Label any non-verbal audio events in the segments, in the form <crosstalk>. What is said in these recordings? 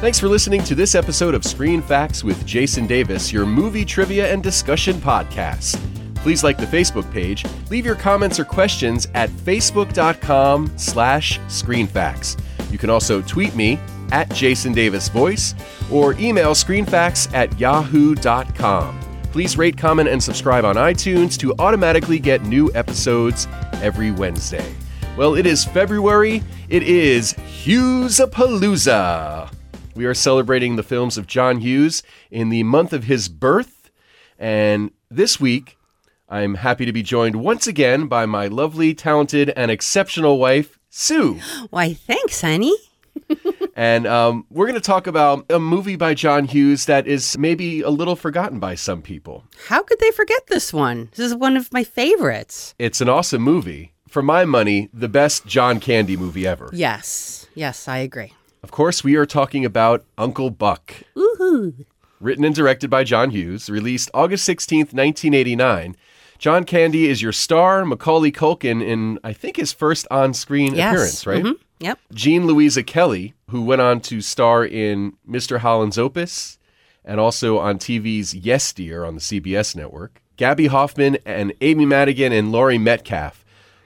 Thanks for listening to this episode of Screen Facts with Jason Davis, your movie trivia and discussion podcast. Please like the Facebook page, leave your comments or questions at facebook.com slash screenfacts. You can also tweet me at Jason Davis Voice or email screenfacts at yahoo.com. Please rate, comment, and subscribe on iTunes to automatically get new episodes every Wednesday. Well, it is February. It is Hughesapalooza. We are celebrating the films of John Hughes in the month of his birth. And this week, I'm happy to be joined once again by my lovely, talented, and exceptional wife, Sue. Why, thanks, honey. And um, we're going to talk about a movie by John Hughes that is maybe a little forgotten by some people. How could they forget this one? This is one of my favorites. It's an awesome movie. For my money, the best John Candy movie ever. Yes, yes, I agree. Of course, we are talking about Uncle Buck. Woohoo. Written and directed by John Hughes, released August 16th, 1989. John Candy is your star, Macaulay Culkin, in I think his first on screen Yes. appearance, right? mhm, Yep. Jean Louisa Kelly, who went on to star in Mr. Holland's Opus and also on TV's Yes Dear on the CBS network, Gabby Hoffman and Amy Madigan and Laurie Metcalf.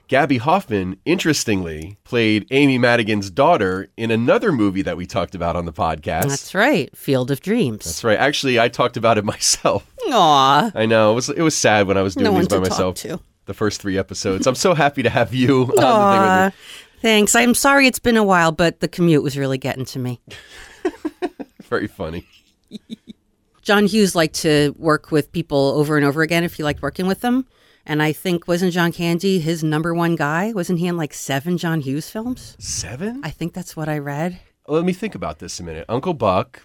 Gabby Hoffman, interestingly, played Amy Madigan's daughter in another movie that we talked about on the podcast. That's right. Field of Dreams. That's right. Actually, I talked about it <laughs> myself. Aw. I know. It was it was sad when I was doing No one these by to talk myself. to. The first three episodes. I'm so happy to have you on the thing with me. Aw. Thanks. I'm sorry it's been a while, but the commute was really getting to me. Very funny. John Hughes liked to work with people over and over again if he liked working with them. And I think, wasn't John Candy his number one guy? Wasn't he in like seven John Hughes films? Seven? I think that's what I read. Let me think about this a minute. Uncle Buck,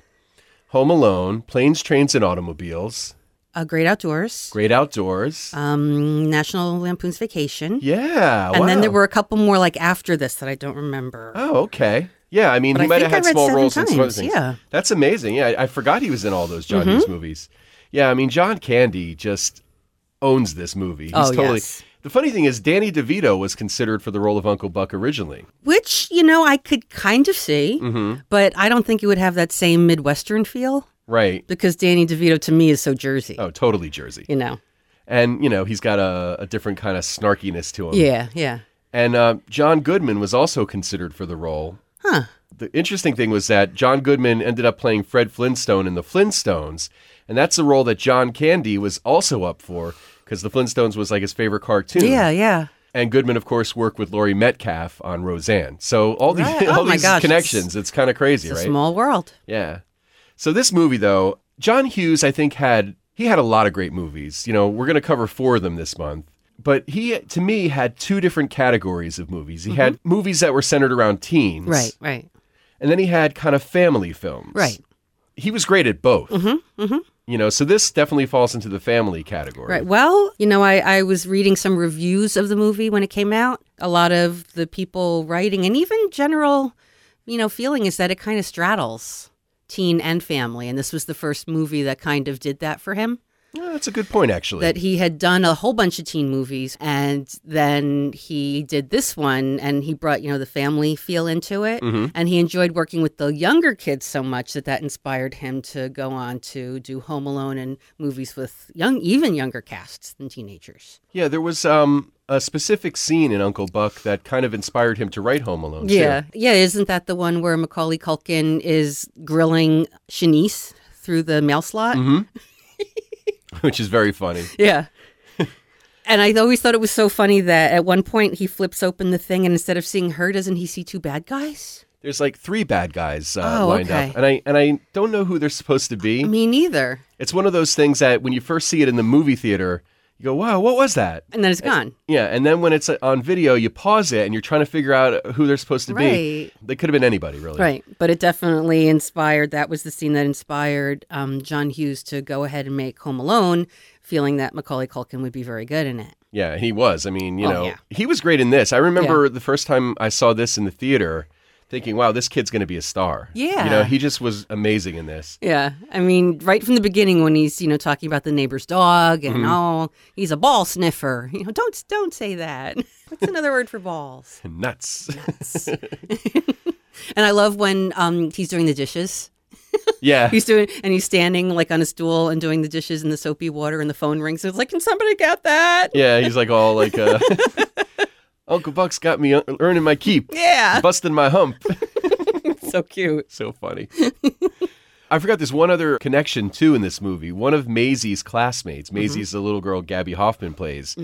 Home Alone, Planes, Trains, and Automobiles, A Great Outdoors, Great Outdoors. um, National Lampoon's Vacation. yeah. And then wow. there were a couple more like after this that I don't remember. Oh, okay. Yeah, I mean, But he I might have think I had read small seven roles in some other times, things. yeah. Mm-hmm. That's amazing. Yeah, I, I forgot he was in all those John Hughes movies. Yeah, I mean, John Candy just owns this movie. He's Oh, totally. yes. The funny thing is, Danny DeVito was considered for the role of Uncle Buck originally. Which, you know, I could kind of see, Mm-hmm. but I don't think it would have that same Midwestern feel Right. because Danny DeVito to me is so Jersey, Oh, totally Jersey. you know? And, you know, he's got a, a different kind of snarkiness to him. Yeah, yeah. And uh, John Goodman was also considered for the role. Huh. The interesting thing was that John Goodman ended up playing Fred Flintstone in The Flintstones, and that's the role that John Candy was also up for because The Flintstones was like his favorite cartoon. Yeah, yeah. And Goodman, of course, worked with Laurie Metcalf on Roseanne. So all these, <laughs> Right. all Oh my these gosh, it's- connections, it's, kind of crazy, It's right? a small world. Yeah. So this movie though, John Hughes I think had he had a lot of great movies. You know, we're going to cover four of them this month. But he to me had two different categories of movies. He had movies that were centered around teens. Mm-hmm. Right, right, And then he had kind of family films. right, He was great at both. Mm-hmm. Mm-hmm. You know, so this definitely falls into the family category. right. Well, you know, I, I was reading some reviews of the movie when it came out. A lot of the people writing and even general, you know, feeling is that it kind of straddles teen and family. And this was the first movie that kind of did that for him. Yeah, Uh, that's a good point actually. that he had done a whole bunch of teen movies and then he did this one and he brought you know the family feel into it and he enjoyed working with the younger kids so much that that inspired him to go on to do home alone and movies with young even younger casts than teenagers yeah, there was um a specific scene in Uncle Buck that kind of inspired him to write Home Alone. too. yeah isn't that the one where macaulay culkin is grilling shanice through the mail slot <laughs> which is very funny. Yeah. <laughs> and I always thought it was so funny that at one point he flips open the thing and instead of seeing her, doesn't he see two bad guys? There's like three bad guys uh, Oh, lined okay. up, and I and I don't know who they're supposed to be. Me neither. It's one of those things that when you first see it in the movie theater, you go, "Wow, what was that?" And then it's gone. Yeah, and then when it's uh, on video, you pause it and you're trying to figure out who they're supposed to be. Right. They could have been anybody, really. Right. But it definitely inspired, that was the scene that inspired um, John Hughes to go ahead and make Home Alone, feeling that Macaulay Culkin would be very good in it. Yeah, he was. I mean, you Oh, know, yeah. he was great in this. I remember the first time I saw this in the theater, thinking, "Wow, this kid's going to be a star." you know, Yeah. he just was amazing in this. Yeah. I mean, right from the beginning when he's, you know, talking about the neighbor's dog and, oh, he's a ball sniffer. You know, don't, don't say that. <laughs> What's another word for balls? Nuts. <laughs> <laughs> And I love when um, he's doing the dishes Yeah. He's doing, and he's standing like on a stool and doing the dishes and the soapy water, and the phone rings. It's like, can somebody get that? Yeah. He's like all like, <laughs> uh, Uncle Buck's got me uh, earning my keep, <laughs> Yeah, busting my hump. <laughs> so cute. so funny. I forgot there's one other connection too in this movie. One of Maisie's classmates, Maisie's the little girl Gabby Hoffman plays.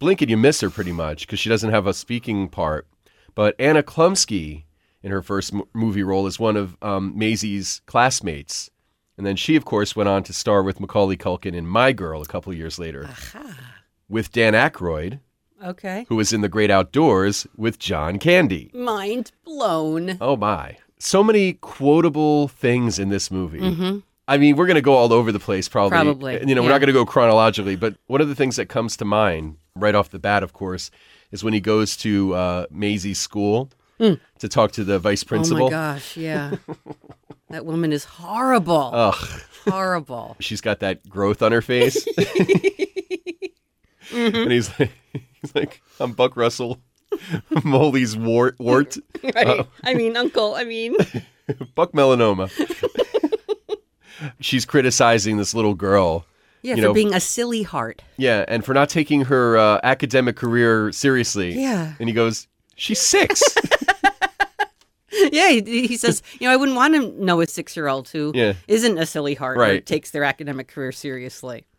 Blink and you miss her pretty much because she doesn't have a speaking part. But Anna Klumsky in her first m- movie role is one of um, Maisie's classmates. And then she, of course, went on to star with Macaulay Culkin in My Girl a couple years later Aha. with Dan Aykroyd, Okay. who was in The Great Outdoors with John Candy. Mind blown. Oh my. So many quotable things in this movie. Mm-hmm. I mean, we're going to go all over the place probably. Probably, You know, we're yeah. not going to go chronologically, but one of the things that comes to mind right off the bat, of course, is when he goes to uh, Maisie's school to talk to the vice Mm. Oh principal. my <laughs> gosh, yeah. that woman is horrible. Ugh. horrible. She's got that growth on her face. <laughs> <laughs> And he's like, he's like, I'm Buck Russell, <laughs> Molly's wart, wart, Right. Uh. <laughs> I mean, uncle, I <laughs> mean, Buck melanoma. <laughs> She's criticizing this little girl yeah, You for know- being a silly heart. Yeah, and for not taking her uh, academic career seriously. Yeah. And he goes, She's six. <laughs> yeah, he, he says, you know, I wouldn't want to know a six year old who Yeah. not a silly heart or Right. takes their academic career seriously. <laughs>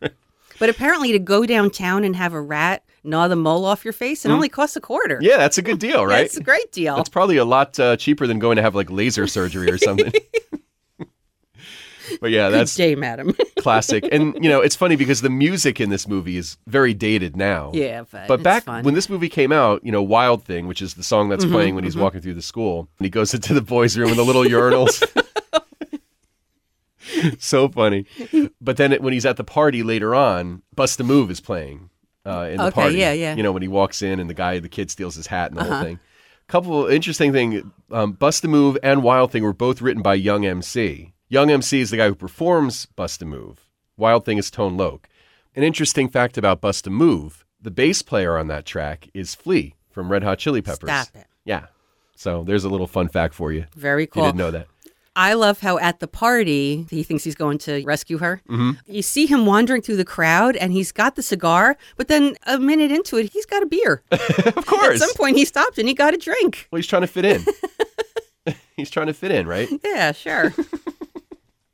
but apparently, to go downtown and have a rat gnaw the mole off your face, it only costs a quarter. Mm. yeah, that's a good deal, right? It's a great deal. That's probably a lot uh, cheaper than going to have like laser surgery or something. but yeah, <laughs> Good that's day, <laughs> madam. classic. And, you know, it's funny because the music in this movie is very dated now. yeah, but, But it's back fun. Mm-hmm, when this movie came out, you know, Wild Thing, which is the song that's playing when he's walking through the school, and he goes into the boys' room in the little <laughs> urinals. <laughs> so funny. But then it, when he's at the party later on, Bust the Move is playing uh, in the Okay, party. yeah, yeah. Uh-huh. You know, when he walks in and the guy, the kid steals his hat and the whole thing. Couple interesting thing um, Bust the Move and Wild Thing were both written by Young MC. Young MC is the guy who performs Bust the Move. Wild Thing is Tone Loc. An interesting fact about Bust a Move, the bass player on that track is Flea from Red Hot Chili Peppers. Stop it. Yeah. So there's a little fun fact for you. Very You cool. didn't know that. I love how at the party he thinks he's going to rescue her. Mm-hmm. You see him wandering through the crowd, and he's got the cigar, but then a minute into it, he's got a beer. Of course. <laughs> At some point, he stopped and he got a drink. well, he's trying to fit <laughs> in. <laughs> he's trying to fit in, right? Yeah, sure.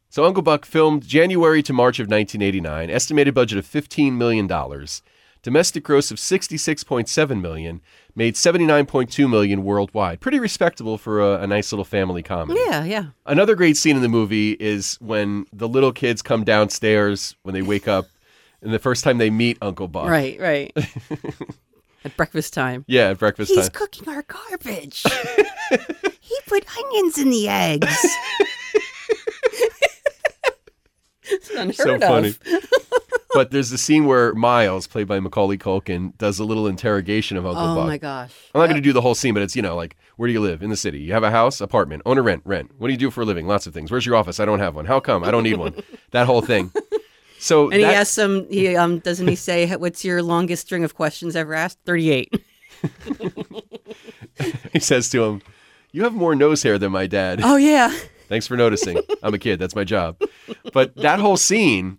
So Uncle Buck filmed January to March of 1989, estimated budget of 15 million dollars. Domestic gross of 66.7 million, made 79.2 million worldwide. Pretty respectable for a, a nice little family comedy. yeah, yeah. Another great scene in the movie is when the little kids come downstairs when they wake up and the first time they meet Uncle Buck. Right, right. At breakfast time. Yeah, at breakfast He's time. cooking our garbage. he put onions in the eggs. it's unheard So of. funny. <laughs> but there's the scene where Miles, played by Macaulay Culkin, does a little interrogation of Uncle Oh Buck. my gosh. I'm not going to do the whole scene, but it's, you know, like, where do you live? In the city. You have a house, apartment, own a rent, rent. What do you do for a living? Lots of things. Where's your office? I don't have one. How come? I don't need <laughs> one. that whole thing. So And that- he asks him, he, um, doesn't he say, what's your longest string of questions ever asked? 38. <laughs> he says to him, You have more nose hair than my dad. Oh, yeah. Thanks for <laughs> noticing. I'm a kid. That's my job. But that whole scene,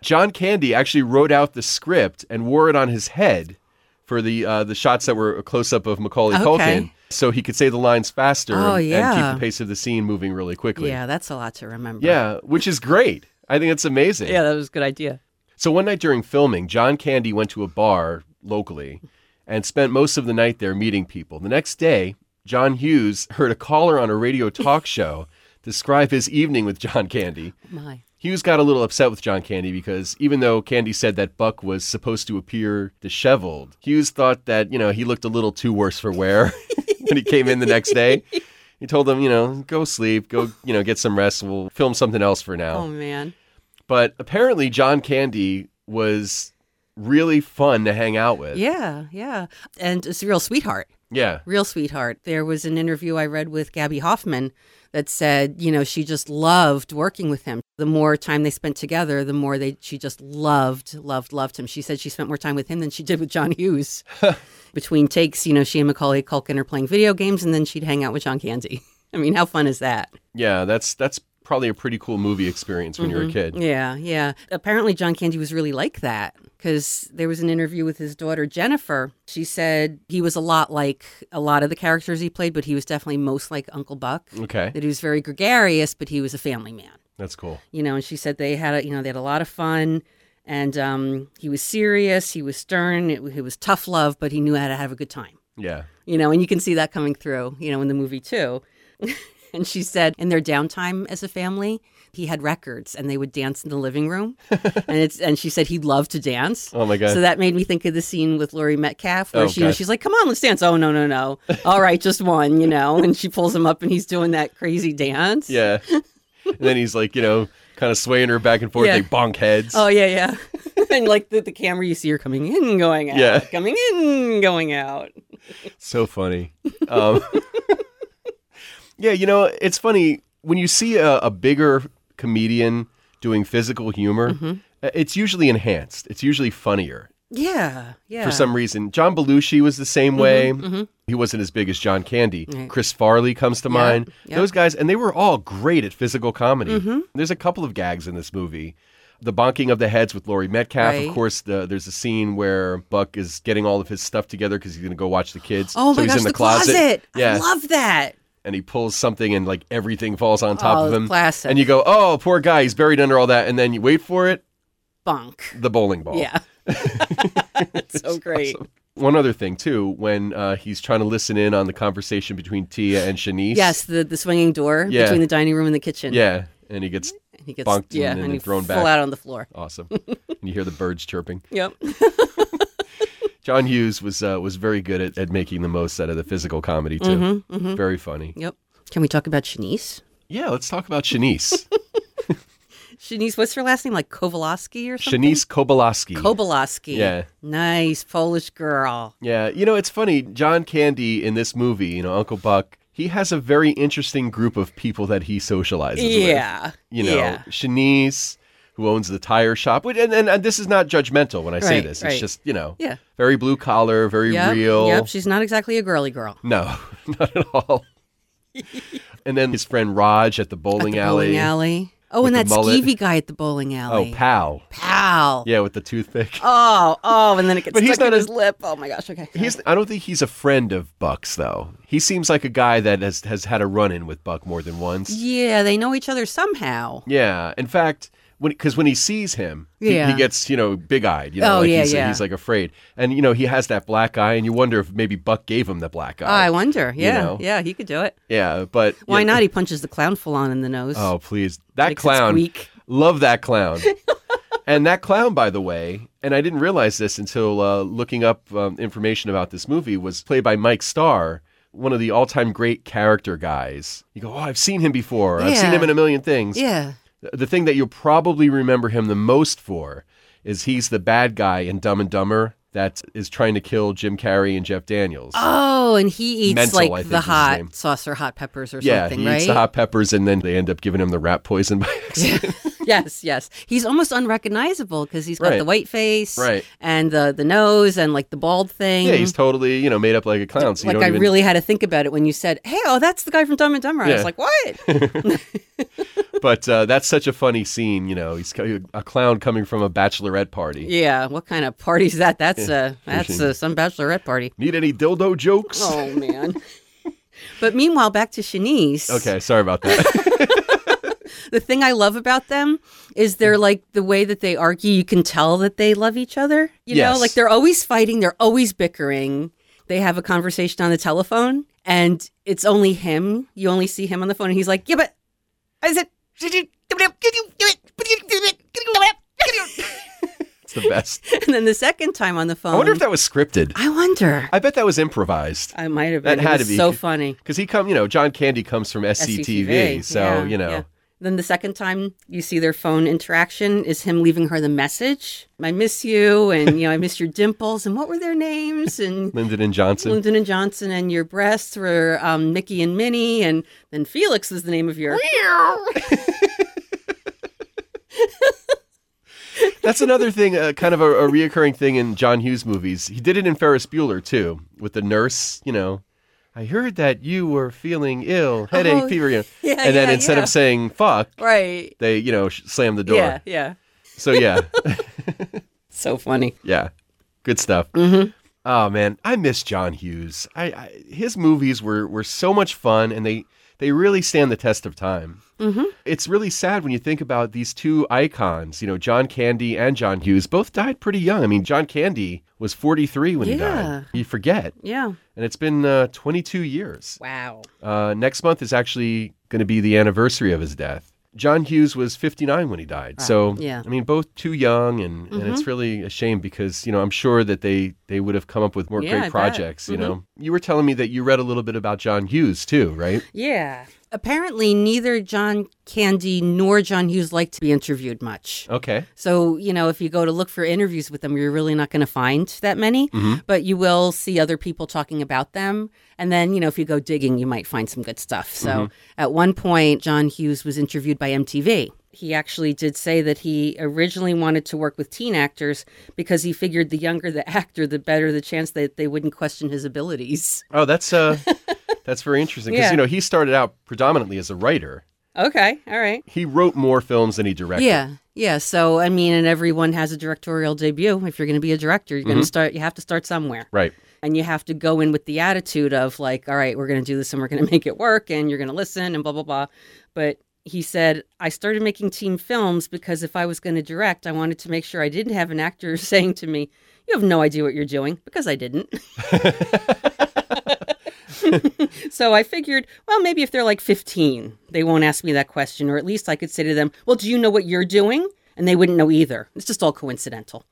John Candy actually wrote out the script and wore it on his head for the uh, the shots that were a close up of Macaulay Okay. Culkin, so he could say the lines faster and, Oh, and keep yeah. the pace of the scene moving really quickly. <laughs> Yeah, that's a lot to remember. Yeah, which is great. I think it's amazing. Yeah, that was a good idea. So one night during filming, John Candy went to a bar locally and spent most of the night there meeting people. The next day, John Hughes <laughs> heard a caller on a radio talk show describe his evening with John Candy. My. Hughes got a little upset with John Candy because even though Candy said that Buck was supposed to appear disheveled, Hughes thought that, you know, he looked a little too worse for wear <laughs> when he came in the next day. He told him, you know, go sleep, go, you know, get some rest. We'll film something else for now. Oh, man. But apparently, John Candy was really fun to hang out with. Yeah, yeah. And it's a real sweetheart. Yeah. Real sweetheart. There was an interview I read with Gabby Hoffman that said, you know, she just loved working with him. The more time they spent together, the more they she just loved, loved, loved him. She said she spent more time with him than she did with John Hughes. Between takes, you know, she and Macaulay <laughs> Culkin are playing video games, and then she'd hang out with John Candy. I mean, how fun is that? Yeah, that's that's probably a pretty cool movie experience when you're a kid. Yeah, yeah. Apparently, John Candy was really like that because there was an interview with his daughter Jennifer. She said he was a lot like a lot of the characters he played, but he was definitely most like Uncle Buck. Okay, That he was very gregarious, but he was a family man. that's cool. You know, and she said they had a, you know they had a lot of fun, and um, he was serious, he was stern, it, it was tough love, but he knew how to have a good time Yeah, you know, and you can see that coming through, you know, in the movie too. <laughs> and she said, in their downtime as a family, he had records and they would dance in the living room. <laughs> and it's and she said he loved to dance. Oh, my God. So that made me think of the scene with Laurie Metcalf where Oh, she, you know, God. she's like, "Come on, let's dance." Oh no, <laughs> no, no. All right, just one, you know. And she pulls him up and he's doing that crazy dance. <laughs> yeah. and then he's like, you know, kind of swaying her back and forth. Yeah. They bonk heads. Oh yeah, <laughs> yeah. and like the, the camera, you see her coming in, going out, Yeah. coming in, going out. So funny. Um, <laughs> yeah, you know, it's funny when you see a, a bigger comedian doing physical humor. Mm-hmm. uh, It's usually enhanced. It's usually funnier Yeah, yeah. Mm-hmm, for some reason. John Belushi was the same way. He wasn't as big as John Candy. Chris Farley comes to mind. yeah. Those guys, and they were all great at physical comedy. Mm-hmm. There's a couple of gags in this movie. The bonking of the heads with Laurie Metcalf. Right. Of course, the, there's a scene where Buck is getting all of his stuff together because he's going to go watch the kids. Oh so my he's gosh, in the, I Yeah, love that. and he pulls something and like everything falls on top Oh, of him. classic. And you go, oh, poor guy, he's buried under all that. And then you wait for it, Bonk. the bowling ball. <laughs> Yeah. <laughs> it's so great. One other thing too, when uh, he's trying to listen in on the conversation between Tia and Shanice. Yes, the, the swinging door Yeah. between the dining room and the kitchen. Yeah, and he gets And he gets Bonked yeah, and then and he thrown fell back. out on the floor. <laughs> awesome, and you hear the birds chirping. Yep. John Hughes was uh, was very good at, at making the most out of the physical comedy too. Mm-hmm, Very funny. Yep. Can we talk about Shanice? Yeah, let's talk about <laughs> Shanice. Shanice, what's her last name? Like Kowalowski or something? Shanice Kobolowski. Kowalowski. Yeah. Nice Polish girl. Yeah, you know, it's funny. John Candy in this movie, you know, Uncle Buck, he has a very interesting group of people that he socializes with. yeah. You know, Yeah. Shanice, who owns the tire shop. Which, and, and, and this is not judgmental when I say Right, this. It's right. just, you know, Yeah. very blue collar, very Yep. real. Yep. She's not exactly a girly girl. No, <laughs> not at <laughs> all. and then his friend Raj at the bowling, At the bowling alley. Oh, and the that mullet. skeevy guy at the bowling Oh, alley. pal. Pal. Yeah, with the toothpick. Oh, oh, and then it gets But stuck he's in not a- his lip. Oh my gosh. Okay. He's, I don't think he's a friend of Buck's, though. He seems like a guy that has, has had a run in with Buck more than once. Yeah, they know each other somehow. Yeah. In fact, when because when he sees him, he, Yeah. he gets you know big eyed. You know, Oh, like yeah, he's, yeah. he's like afraid, and you know he has that black eye, and you wonder if maybe Buck gave him that black eye. I wonder. Yeah, know. yeah, he could do it. yeah, but you Why know- not? He punches the clown full on in the nose. Oh please, that Makes it clown. squeak. Love that <laughs> clown. and that clown, by the way, and I didn't realize this until uh, looking up um, information about this movie was played by Mike Starr. One of the all-time great character guys. You go, oh, I've seen him before. I've seen Yeah. him in a million things. Yeah. The thing that you'll probably remember him the most for is he's the bad guy in Dumb and Dumber that is trying to kill Jim Carrey and Jeff Daniels. Oh, and he eats Mental, I like think the is his name. hot sauce or hot peppers or yeah, something, he right? eats the hot peppers and then they end up giving him the rat poison by <laughs> accident. <laughs> yes, yes. He's almost unrecognizable because he's got Right. the white face, Right. and the the nose and like the bald thing. yeah, he's totally, you know, made up like a clown. So you like don't I even, really had to think about it when you said, "Hey, oh, that's the guy from Dumb and Dumber." I Yeah. was <laughs> like, "What?" <laughs> But uh, that's such a funny scene, you know. He's co- a clown coming from a bachelorette party. yeah, what kind of party's that? That's uh that's fishing. uh, some <laughs> bachelorette party. Need any dildo jokes? Oh man. but meanwhile, back to Shanice. Okay, sorry about that. <laughs> The thing I love about them is they're Mm-hmm. like the way that they argue, you can tell that they love each other. You Yes. know, like they're always fighting, they're always bickering. They have a conversation on the telephone and it's only him. You only see him on the phone and he's like, Yeah, but I said it's the best. <laughs> and then the second time on the phone I wonder if that was scripted. I wonder. I bet that was improvised. I might have That been It had was to be. so funny. Because he come, you know, John Candy comes from SCTV, SCTV, so yeah, you know, yeah. Then the second time you see their phone interaction is him leaving her the message, "I miss you," and you know, "I miss your dimples," and what were their names? <laughs> And Lyndon and Johnson. Lyndon and Johnson and your breasts were um, Mickey and Minnie, and then Felix is the name of your. That's another thing, uh, kind of a, a reoccurring thing in John Hughes movies. He did it in Ferris Bueller too, with the nurse. You know, I I heard that you were feeling ill, headache, Oh, fever. You know. yeah, and then yeah, instead yeah. of saying fuck, Right. they, you know, sh- slam the door. Yeah, yeah. So, yeah. So funny. yeah. Good stuff. Mhm. Oh, man. I miss John Hughes. I, I His movies were, were so much fun and they, they really stand the test of time. Mhm. It's really sad when you think about these two icons, you know, John Candy and John Hughes, both died pretty young. I mean, John Candy was 43 when he Yeah. died. You forget. Yeah. And it's been uh, 22 years. Wow. Uh, next month is actually going to be the anniversary of his death. John Hughes was 59 when he died. So, yeah. Mm-hmm. I mean, both too young, and, and it's really a shame because, you know, I'm sure that they, they would have come up with more Yeah, I great bet. Mm-hmm. projects, you know. You were telling me that you read a little bit about John Hughes, too, right? Yeah. Apparently, neither John Candy nor John Hughes liked to be interviewed much. Okay. So, you know, if you go to look for interviews with them, you're really not going to find that many, but you will see other people talking about them. And then, you know, if you go digging, you might find some good stuff. So, at one point, John Hughes was interviewed by MTV. He actually did say that he originally wanted to work with teen actors because he figured the younger the <laughs> actor, the better the chance that they wouldn't question his abilities. Oh, that's <laughs> uh, that's very interesting because Yeah. you know he started out predominantly as a writer. Okay. All right. He wrote more films than he directed. Yeah. Yeah. So, I mean, and everyone has a directorial debut. If you're going to be a director, you're going to start, you have to start somewhere. Right. and you have to go in with the attitude of like all right we're going to do this and we're going to <laughs> make it work and you're going to listen and blah blah blah but he said i started making team films because if i was going to direct i wanted to make sure i didn't have an actor <laughs> saying to me you have no idea what you're doing because i didn't <laughs> so i figured well maybe if they're like 15 they won't ask me that question or at least i could say to them well do you know what you're doing and they wouldn't know either it's just all coincidental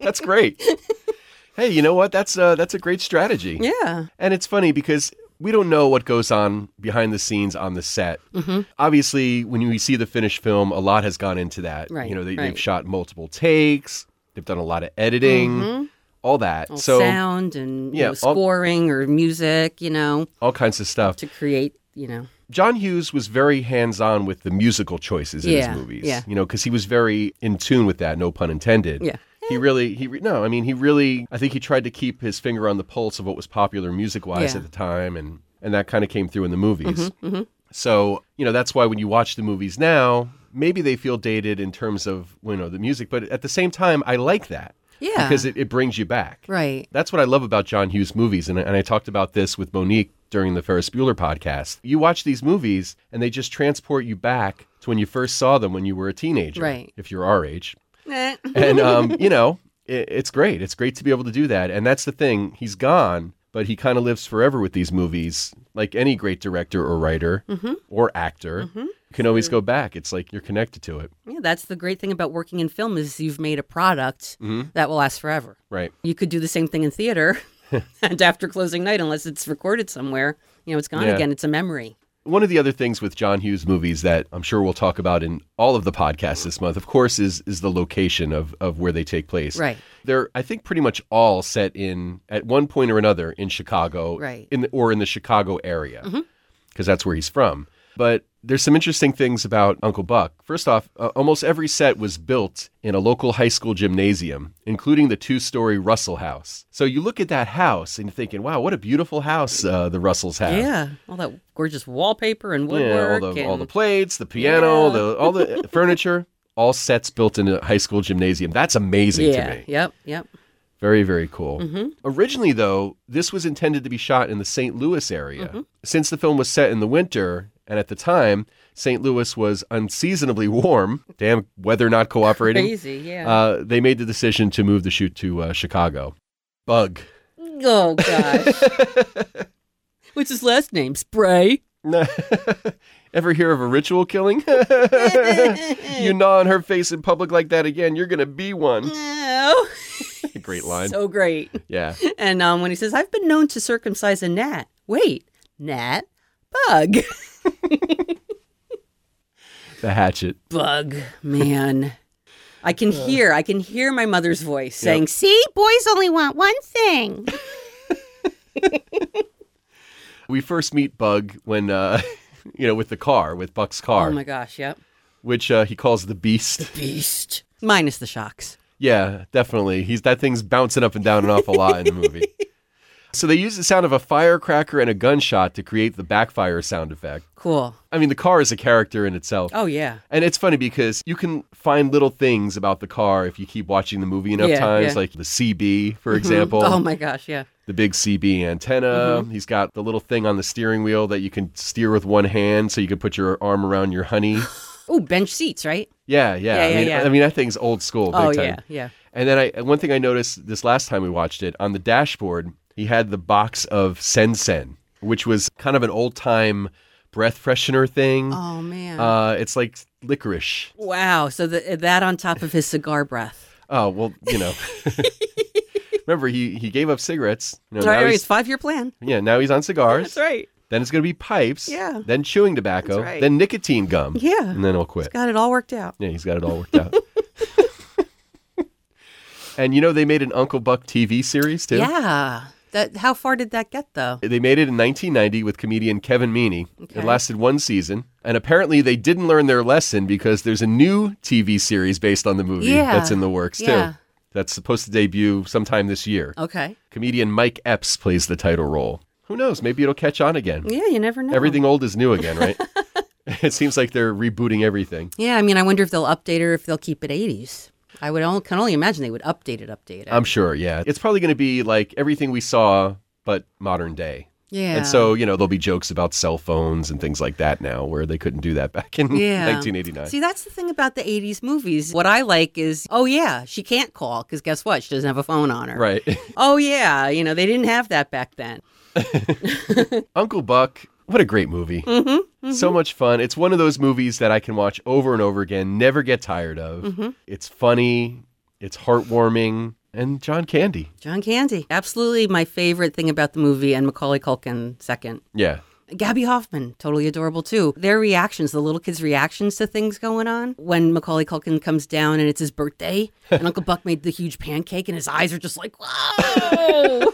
That's great. <laughs> hey, you know what? That's uh, that's a great strategy. yeah And it's funny because we don't know what goes on behind the scenes on the set. Mm-hmm. Obviously, when you see the finished film, a lot has gone into that. Right, You know, they, right. they've shot multiple takes. They've done a lot of editing, all that. so Mm-hmm. sound and you Yeah, know, all- scoring or music, you know, all kinds of stuff. to create, you know. John Hughes was very hands-on with the musical choices in Yeah, his movies. yeah. You know, because he was very in tune with that. No pun intended. Yeah. He really, he re- no, I mean, he really. I think he tried to keep his finger on the pulse of what was popular music-wise Yeah. Mm-hmm, at the time, and and that kind of came through in the movies. So you know, that's why when you watch the movies now, maybe they feel dated in terms of you know the music, but at the same time, I like that Yeah. because it, it brings you back. right. That's what I love about John Hughes movies. And, and I talked about this with Monique during the Ferris Bueller podcast. You watch these movies and they just transport you back to when you first saw them when you were a teenager, Right. if you're our age. Eh. And, um, you know, it, it's great. It's great to be able to do that. And that's the thing. He's gone, but he kind of lives forever with these movies, like any great director or writer or actor. You can always go back. It's like you're connected to it. Yeah, that's the great thing about working in film is you've made a product Mm-hmm. that will last forever. Right. You could do the same thing <laughs> in theater and after closing night unless it's recorded somewhere, you know, it's gone Yeah. again, it's a memory. One of the other things with John Hughes movies that I'm sure we'll talk about in all of the podcasts this month, of course, is is the location of of where they take place. Right. They're I think pretty much all set in at one point or another in Chicago, Right. Mm-hmm. In the, or in the Chicago area, because that's where he's from. But there's some interesting things about Uncle Buck. First off, uh, almost every set was built in a local high school gymnasium, including the two-story Russell House. So you look at that house and you're thinking, "Wow, what a beautiful house uh, the Russells have." Yeah. All that gorgeous wallpaper and Yeah, woodwork all the and all the plates, the piano, Yeah. the all the uh, furniture, all sets built in a high school gymnasium. That's amazing Yeah. Mm-hmm. to me. Yep, yep. Very very cool. Originally though, this was intended to be shot in the St. Louis area. Mm-hmm. Since the film was set in the winter and at the time St. Louis was unseasonably warm, damn weather not cooperating. Crazy, yeah. Uh, they made the decision to move the shoot to uh, Chicago. Bug. <laughs> oh gosh. What's his last <laughs> name? Spray. <laughs> Ever hear of a ritual killing? Eh. you gnaw on her face in public like that again, you're gonna be one. No. <laughs> Great line. Mm. So great. yeah. And um, when he says, I've been known to circumcise a gnat. Wait, gnat? Bug. <laughs> The hatchet. Bug, man. I can hear, I can hear my mother's voice saying, See, boys only want one <laughs> thing. We first meet Bug when uh <laughs> you know, with the car, with Buck's car, Oh my gosh, yep. which uh, he calls the beast. <laughs> Beast. Minus the shocks. <laughs> Yeah, definitely. He's that thing's bouncing up and down an awful lot in the movie. So they used the sound of a firecracker and a gunshot to create the backfire sound effect. Cool. I mean, the car is a character in itself. Oh, yeah. And it's funny because you can find little things about the car if you keep watching the movie enough Yeah, times, yeah. like the CB, for example, Oh, my gosh. Yeah. the big CB antenna. Mm-hmm. He's got the little thing on the steering wheel that you can steer with one hand so you can put your arm around your <laughs> honey. Oh, bench seats, right? Yeah, yeah. Yeah, I yeah, mean, yeah. I mean, that thing's old school. Big Oh, time. yeah. Yeah. And then I one thing I noticed this last time we watched it on the dashboard, he had the box of Sensen, which was kind of an old time breath freshener thing. Oh, man. Uh, it's like licorice. wow. So the, that on top of his cigar breath. Oh well, you <laughs> know. <laughs> Remember, he he gave up cigarettes. You know, All right, now right, he's, it's five year plan. yeah, now he's on <laughs> cigars. right. Then it's gonna be pipes. Yeah. Then chewing tobacco. right. Then nicotine gum. Yeah. And then he'll quit. Got it all worked out. Yeah, he's got it all worked <laughs> out. and you know they made an Uncle Buck TV series too. Yeah. That how far did that get though? They made it in 1990 with comedian Kevin Meaney. Okay. It lasted one season, and apparently they didn't learn their lesson because there's a new TV series based on the movie Yeah. that's in the works Yeah. Oh. too. That's supposed to debut sometime this year. Okay. Comedian Mike Epps plays the title role. Who knows? Maybe it'll catch on again. Yeah, you never know. Everything old is new again, right? <laughs> it seems like they're rebooting everything. Yeah, I mean, I wonder if they'll update her if they'll keep it 80s. I would only, can only imagine they would update it, update it. I'm sure, yeah. It's probably going to be like everything we saw, but modern day. yeah. And so, you know, there'll be jokes about cell phones and things like that now where they couldn't do that <laughs> back in Yeah. 1989. See, that's the thing about the 80s movies. What I like is, oh, yeah, she can't call because guess what? She doesn't have a phone on her. Right. <laughs> Oh, yeah. You know, they didn't have that back then. Uncle Buck, what a great movie. Mm-hmm, So much fun. It's one of those movies that I can watch over and over again, never get tired of. Mm-hmm. It's funny, it's heartwarming, and John Candy. John Candy. Absolutely my favorite thing about the movie, and Macaulay Culkin, second. Yeah. Gabby Hoffman, totally adorable too. Their reactions, the little kids' reactions to things going on. When Macaulay Culkin comes down and it's <laughs> his birthday, and Uncle Buck made the huge pancake, and his eyes are just like, <laughs> whoa!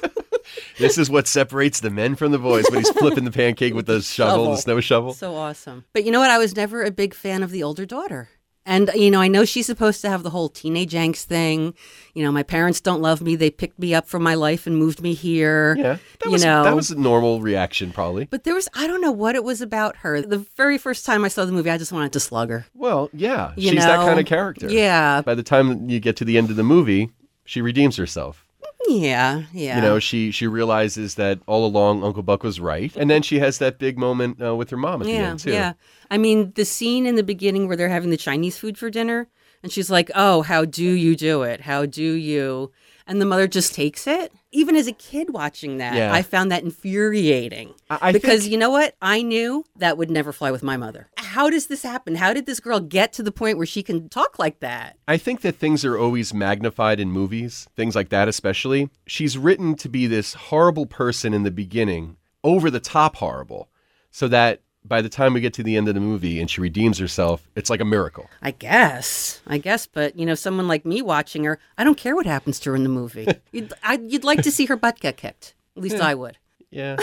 This is what separates the men from the boys when <laughs> he's flipping the pancake with the shovel, the Shovel. snow shovel. so awesome. But you know what? I was never a big fan of the older daughter. And, uh, you know, I know she's supposed to have the whole teenage angst thing. You know, my parents don't love me. They picked me up from my life and moved me here. Yeah. That You was, know. that was a normal reaction, probably. But there was, I don't know what it was about her. The very first time I saw the movie, I just wanted to slug her. Well, yeah. You she's that know? kind of character. Yeah. By the time you get to the end of the movie, she redeems herself. Yeah. Yeah. You know, she she realizes that all along Uncle Buck was right, and then she has that big moment uh, with her mom at the Yeah, end too. yeah. I mean, the scene in the beginning where they're having the Chinese food for dinner, and she's like, "Oh, how do you do it? How do you?" And the mother just takes it. Even as a kid watching that, Yeah. I found that infuriating. I- I because think- you know what? I knew that would never fly with my mother. How does this happen? How did this girl get to the point where she can talk like that? I think that things are always magnified in movies, things like that especially. She's written to be this horrible person in the beginning, over the top horrible, so that by the time we get to the end of the movie and she redeems herself, it's like a miracle. I guess. I guess, but you know, someone like me watching her, I don't care what happens to her in <laughs> the movie. you'd, I, you'd like to see her butt get kicked. At least I would. Yeah.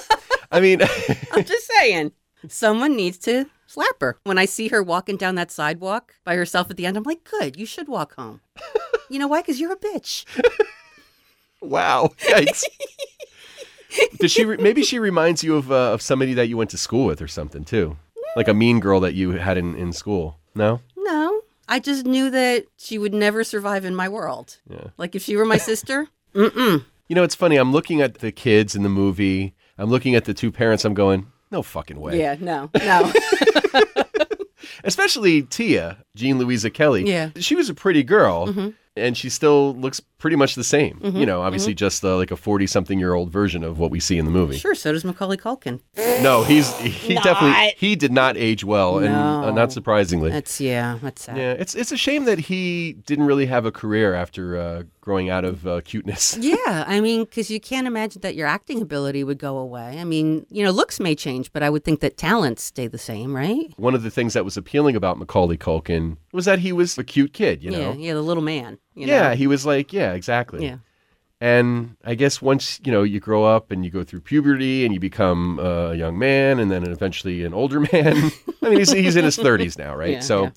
<laughs> I mean, <laughs> I'm just saying. Someone needs to slap her. When I see her walking down that sidewalk by herself at the end, I'm like, good, you should walk home. You know why? Because you're a bitch. wow. Yikes. Did she? Re- maybe she reminds you of uh, of somebody that you went to school with or something too, like a mean girl that you had in in school. No. No, I just knew that she would never survive in my world. Yeah. Like if she were my sister, mm-mm. You know, it's funny. I'm looking at the kids in the movie. I'm looking at the two parents. I'm going, no fucking way. Yeah, no, <laughs> no. Especially Tia, Jean Louisa Kelly. Yeah. Mm-hmm. She was a pretty girl. And she still looks pretty much the same. You know, Mm-hmm. obviously just uh, like a 40 something year old version of what we see in the movie. sure, so does Macaulay Culkin. No, he's he definitely he did not age well and uh, No. not surprisingly. That's, yeah, that's sad. yeah, it's it's a shame that he didn't really have a career after uh, growing out of uh, cuteness. <laughs> Yeah, I mean, because you can't imagine that your acting ability would go away. I mean, you know, looks may change, but I would think that talents stay the same, right? One of the things that was appealing about Macaulay Culkin was that he was a cute kid, you know. Yeah, yeah, the little man. You yeah, know? he was like, yeah, exactly. yeah. And I guess once, you know, you grow up and you go through puberty and you become a young man and then eventually an older <laughs> man. I mean, he's, he's in his 30s now, right? Yeah, so yeah.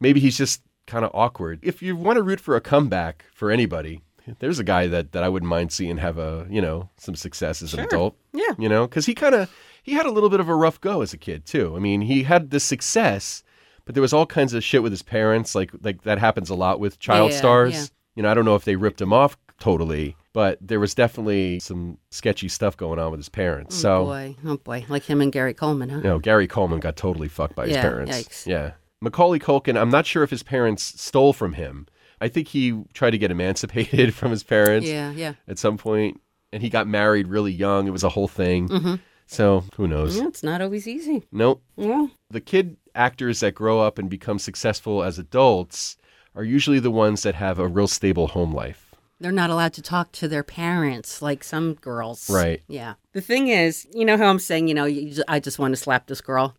maybe he's just kind of awkward. If you want to root for a comeback for anybody, there's a guy that that I wouldn't mind seeing have a you know some success as an Sure. adult. Yeah. you know, because he kind of he had a little bit of a rough go as a kid too. I mean, he had the success, but there was all kinds of shit with his parents. Like like that happens a lot with child Yeah, stars. yeah. You know, I don't know if they ripped him off totally, but there was definitely some sketchy stuff going on with his parents. so. boy, oh boy, like him and Gary Coleman, huh? You know, Gary Coleman got totally fucked by his Yeah, parents. yikes. Yeah. Macaulay Culkin, I'm not sure if his parents stole from him. I think he tried to get emancipated <laughs> from his parents Yeah, yeah. at some point, and he got married really young. It was a whole thing. Mm-hmm. So who knows? Yeah, it's not always easy. Nope. Yeah. The kid actors that grow up and become successful as adults are usually the ones that have a real stable home life. <laughs> They're not allowed to talk to their parents like some girls. Right. Yeah. The thing is, you know how I'm saying, you know, you ju- I just want to slap this girl.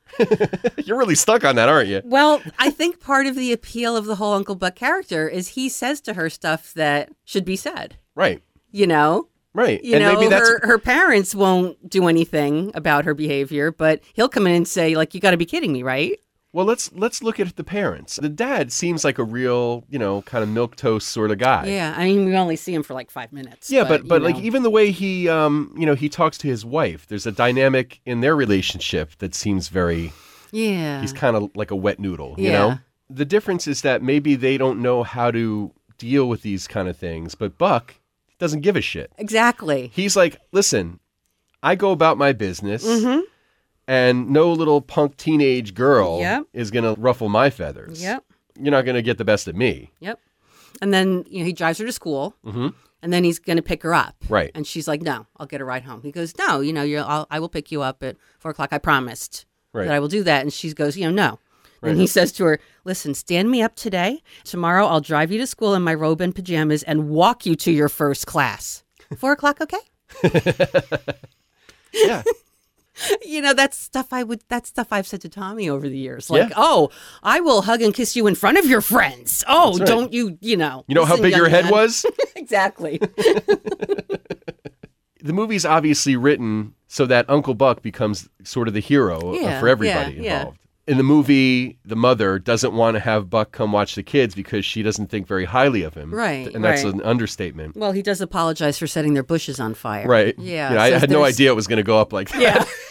You're really stuck on that, aren't you? Well, I think part of the appeal of the whole Uncle Buck character is he says to her stuff that should be said, Right. you know? Right. You and know, maybe that's her, her parents won't do anything about her behavior, but he'll come in and say, like, you got to be kidding me, right? Well, let's let's look at the parents. The dad seems like a real, you know, kind of milk toast sort of guy. Yeah. I mean, we only see him for like five minutes. Yeah, but you but like know. even the way he um, you know, he talks to his wife, there's a dynamic in their relationship that seems very yeah. he's kind of like a wet noodle, you Uh-huh. Yeah. know? The difference is that maybe they don't know how to deal with these kind of things, but Buck doesn't give a shit. Exactly. He's like, "Listen, I go about my business." Mm-hmm. And no little punk teenage girl Yep. is going to ruffle my feathers. Yep. You're not going to get the best of me. Yep. And then you know he drives her to school, Mm-hmm. and then he's going to pick her up. Right. <laughs> And she's like, "No, I'll get a ride home." He goes, "No, you know, you're, I'll, I will pick you up at four o'clock. I promised Right. that I will do that." And she goes, "You know, no." Right. And he says to her, "Listen, stand me up today. Tomorrow, I'll drive you to school in my robe and pajamas and walk you to your <laughs> first class. Four o'clock, okay?" Yeah. You know, that's stuff I would. That's stuff I've said to Tommy over the years. Yeah. Like, "Oh, I will hug and kiss you in front of your friends. Oh, That's right. don't you? You know, You know how listen, big young your head man." was? <laughs> exactly." The movie's obviously written so that Uncle Buck becomes sort of the hero uh, Yeah, for everybody yeah, yeah. involved. In the movie, the mother doesn't want to have Buck come watch the kids because she doesn't think very highly of him. Right, And that's right. an understatement. Well, he does apologize for setting their bushes on fire. Right. Yeah. You know, I so had no there's- idea it was going to go up like that. <laughs> Yeah. <laughs>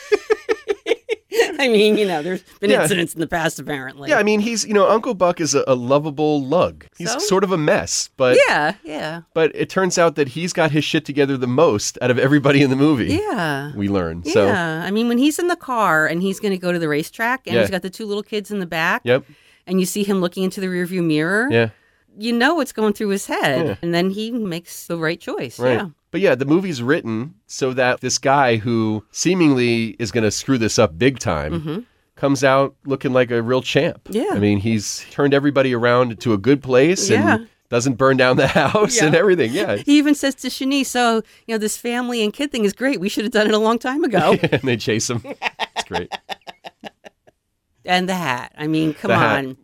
I mean, you know, there's been Yeah. incidents in the past, apparently. Yeah, I mean, he's, you know, Uncle Buck is a, a lovable lug. He's So? sort of a mess, but yeah, yeah, but it turns out that he's got his shit together the most out of everybody in the movie. yeah. We learn. So, yeah. I mean, when he's in the car and he's going to go to the racetrack and Yeah. he's got the two little kids in the back yep. and you see him looking into the rearview mirror, Yeah. you know what's going through his head. Yeah. And then he makes the right choice. Right. Yeah. But yeah, the movie's written so that this guy who seemingly is going to screw this up big time comes out looking like a real champ. Mm-hmm. Yeah. I mean, he's turned everybody around to a good place Yeah. and doesn't burn down the <laughs> house and Yeah. everything. <laughs> Yeah. <laughs> He even says to Shanice, so, you know, this family and kid thing is great. We should have done it a long time <laughs> ago. and they chase him. It's great. and the hat. I mean, come The hat. on.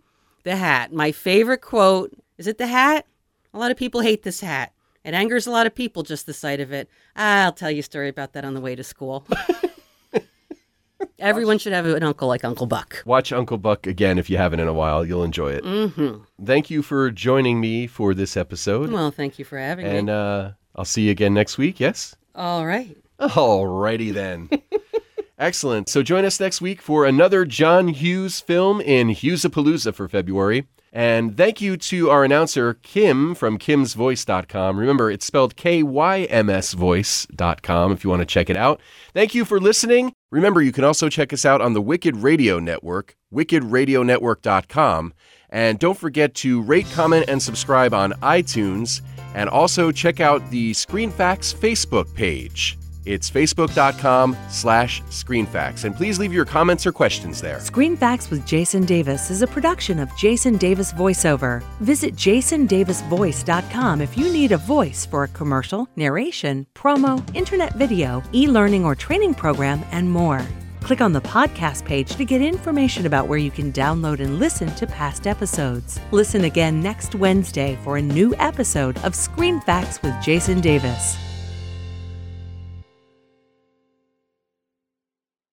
The hat. My favorite quote is it the hat? A lot of people hate this hat. It angers a lot of people just the sight of it. I'll tell you a story about that on the way <laughs> to school. Everyone should have an uncle like Uncle Buck. Watch Uncle Buck again if you haven't in a while. You'll enjoy it. hmm Thank you for joining me for this episode. Well, thank you for having and me. uh, I'll see you again next week. Yes? All right. Alrighty then. <laughs> Excellent. So join us next week for another John Hughes film in Hughesapalooza for February. And thank you to our announcer, Kim from kimsvoice.com. Remember, it's spelled K Y M S voice.com if you want to check it out. Thank you for listening. Remember, you can also check us out on the Wicked Radio Network, wickedradionetwork.com. And don't forget to rate, comment, and subscribe on iTunes. And also check out the ScreenFacts Facebook page. It's facebook.com slash screenfacts. And please leave your comments or questions there. Screen Facts with Jason Davis is a production of Jason Davis VoiceOver. Visit jasondavisvoice.com if you need a voice for a commercial, narration, promo, internet video, e learning or training program, and more. Click on the podcast page to get information about where you can download and listen to past episodes. Listen again next Wednesday for a new episode of Screen Facts with Jason Davis.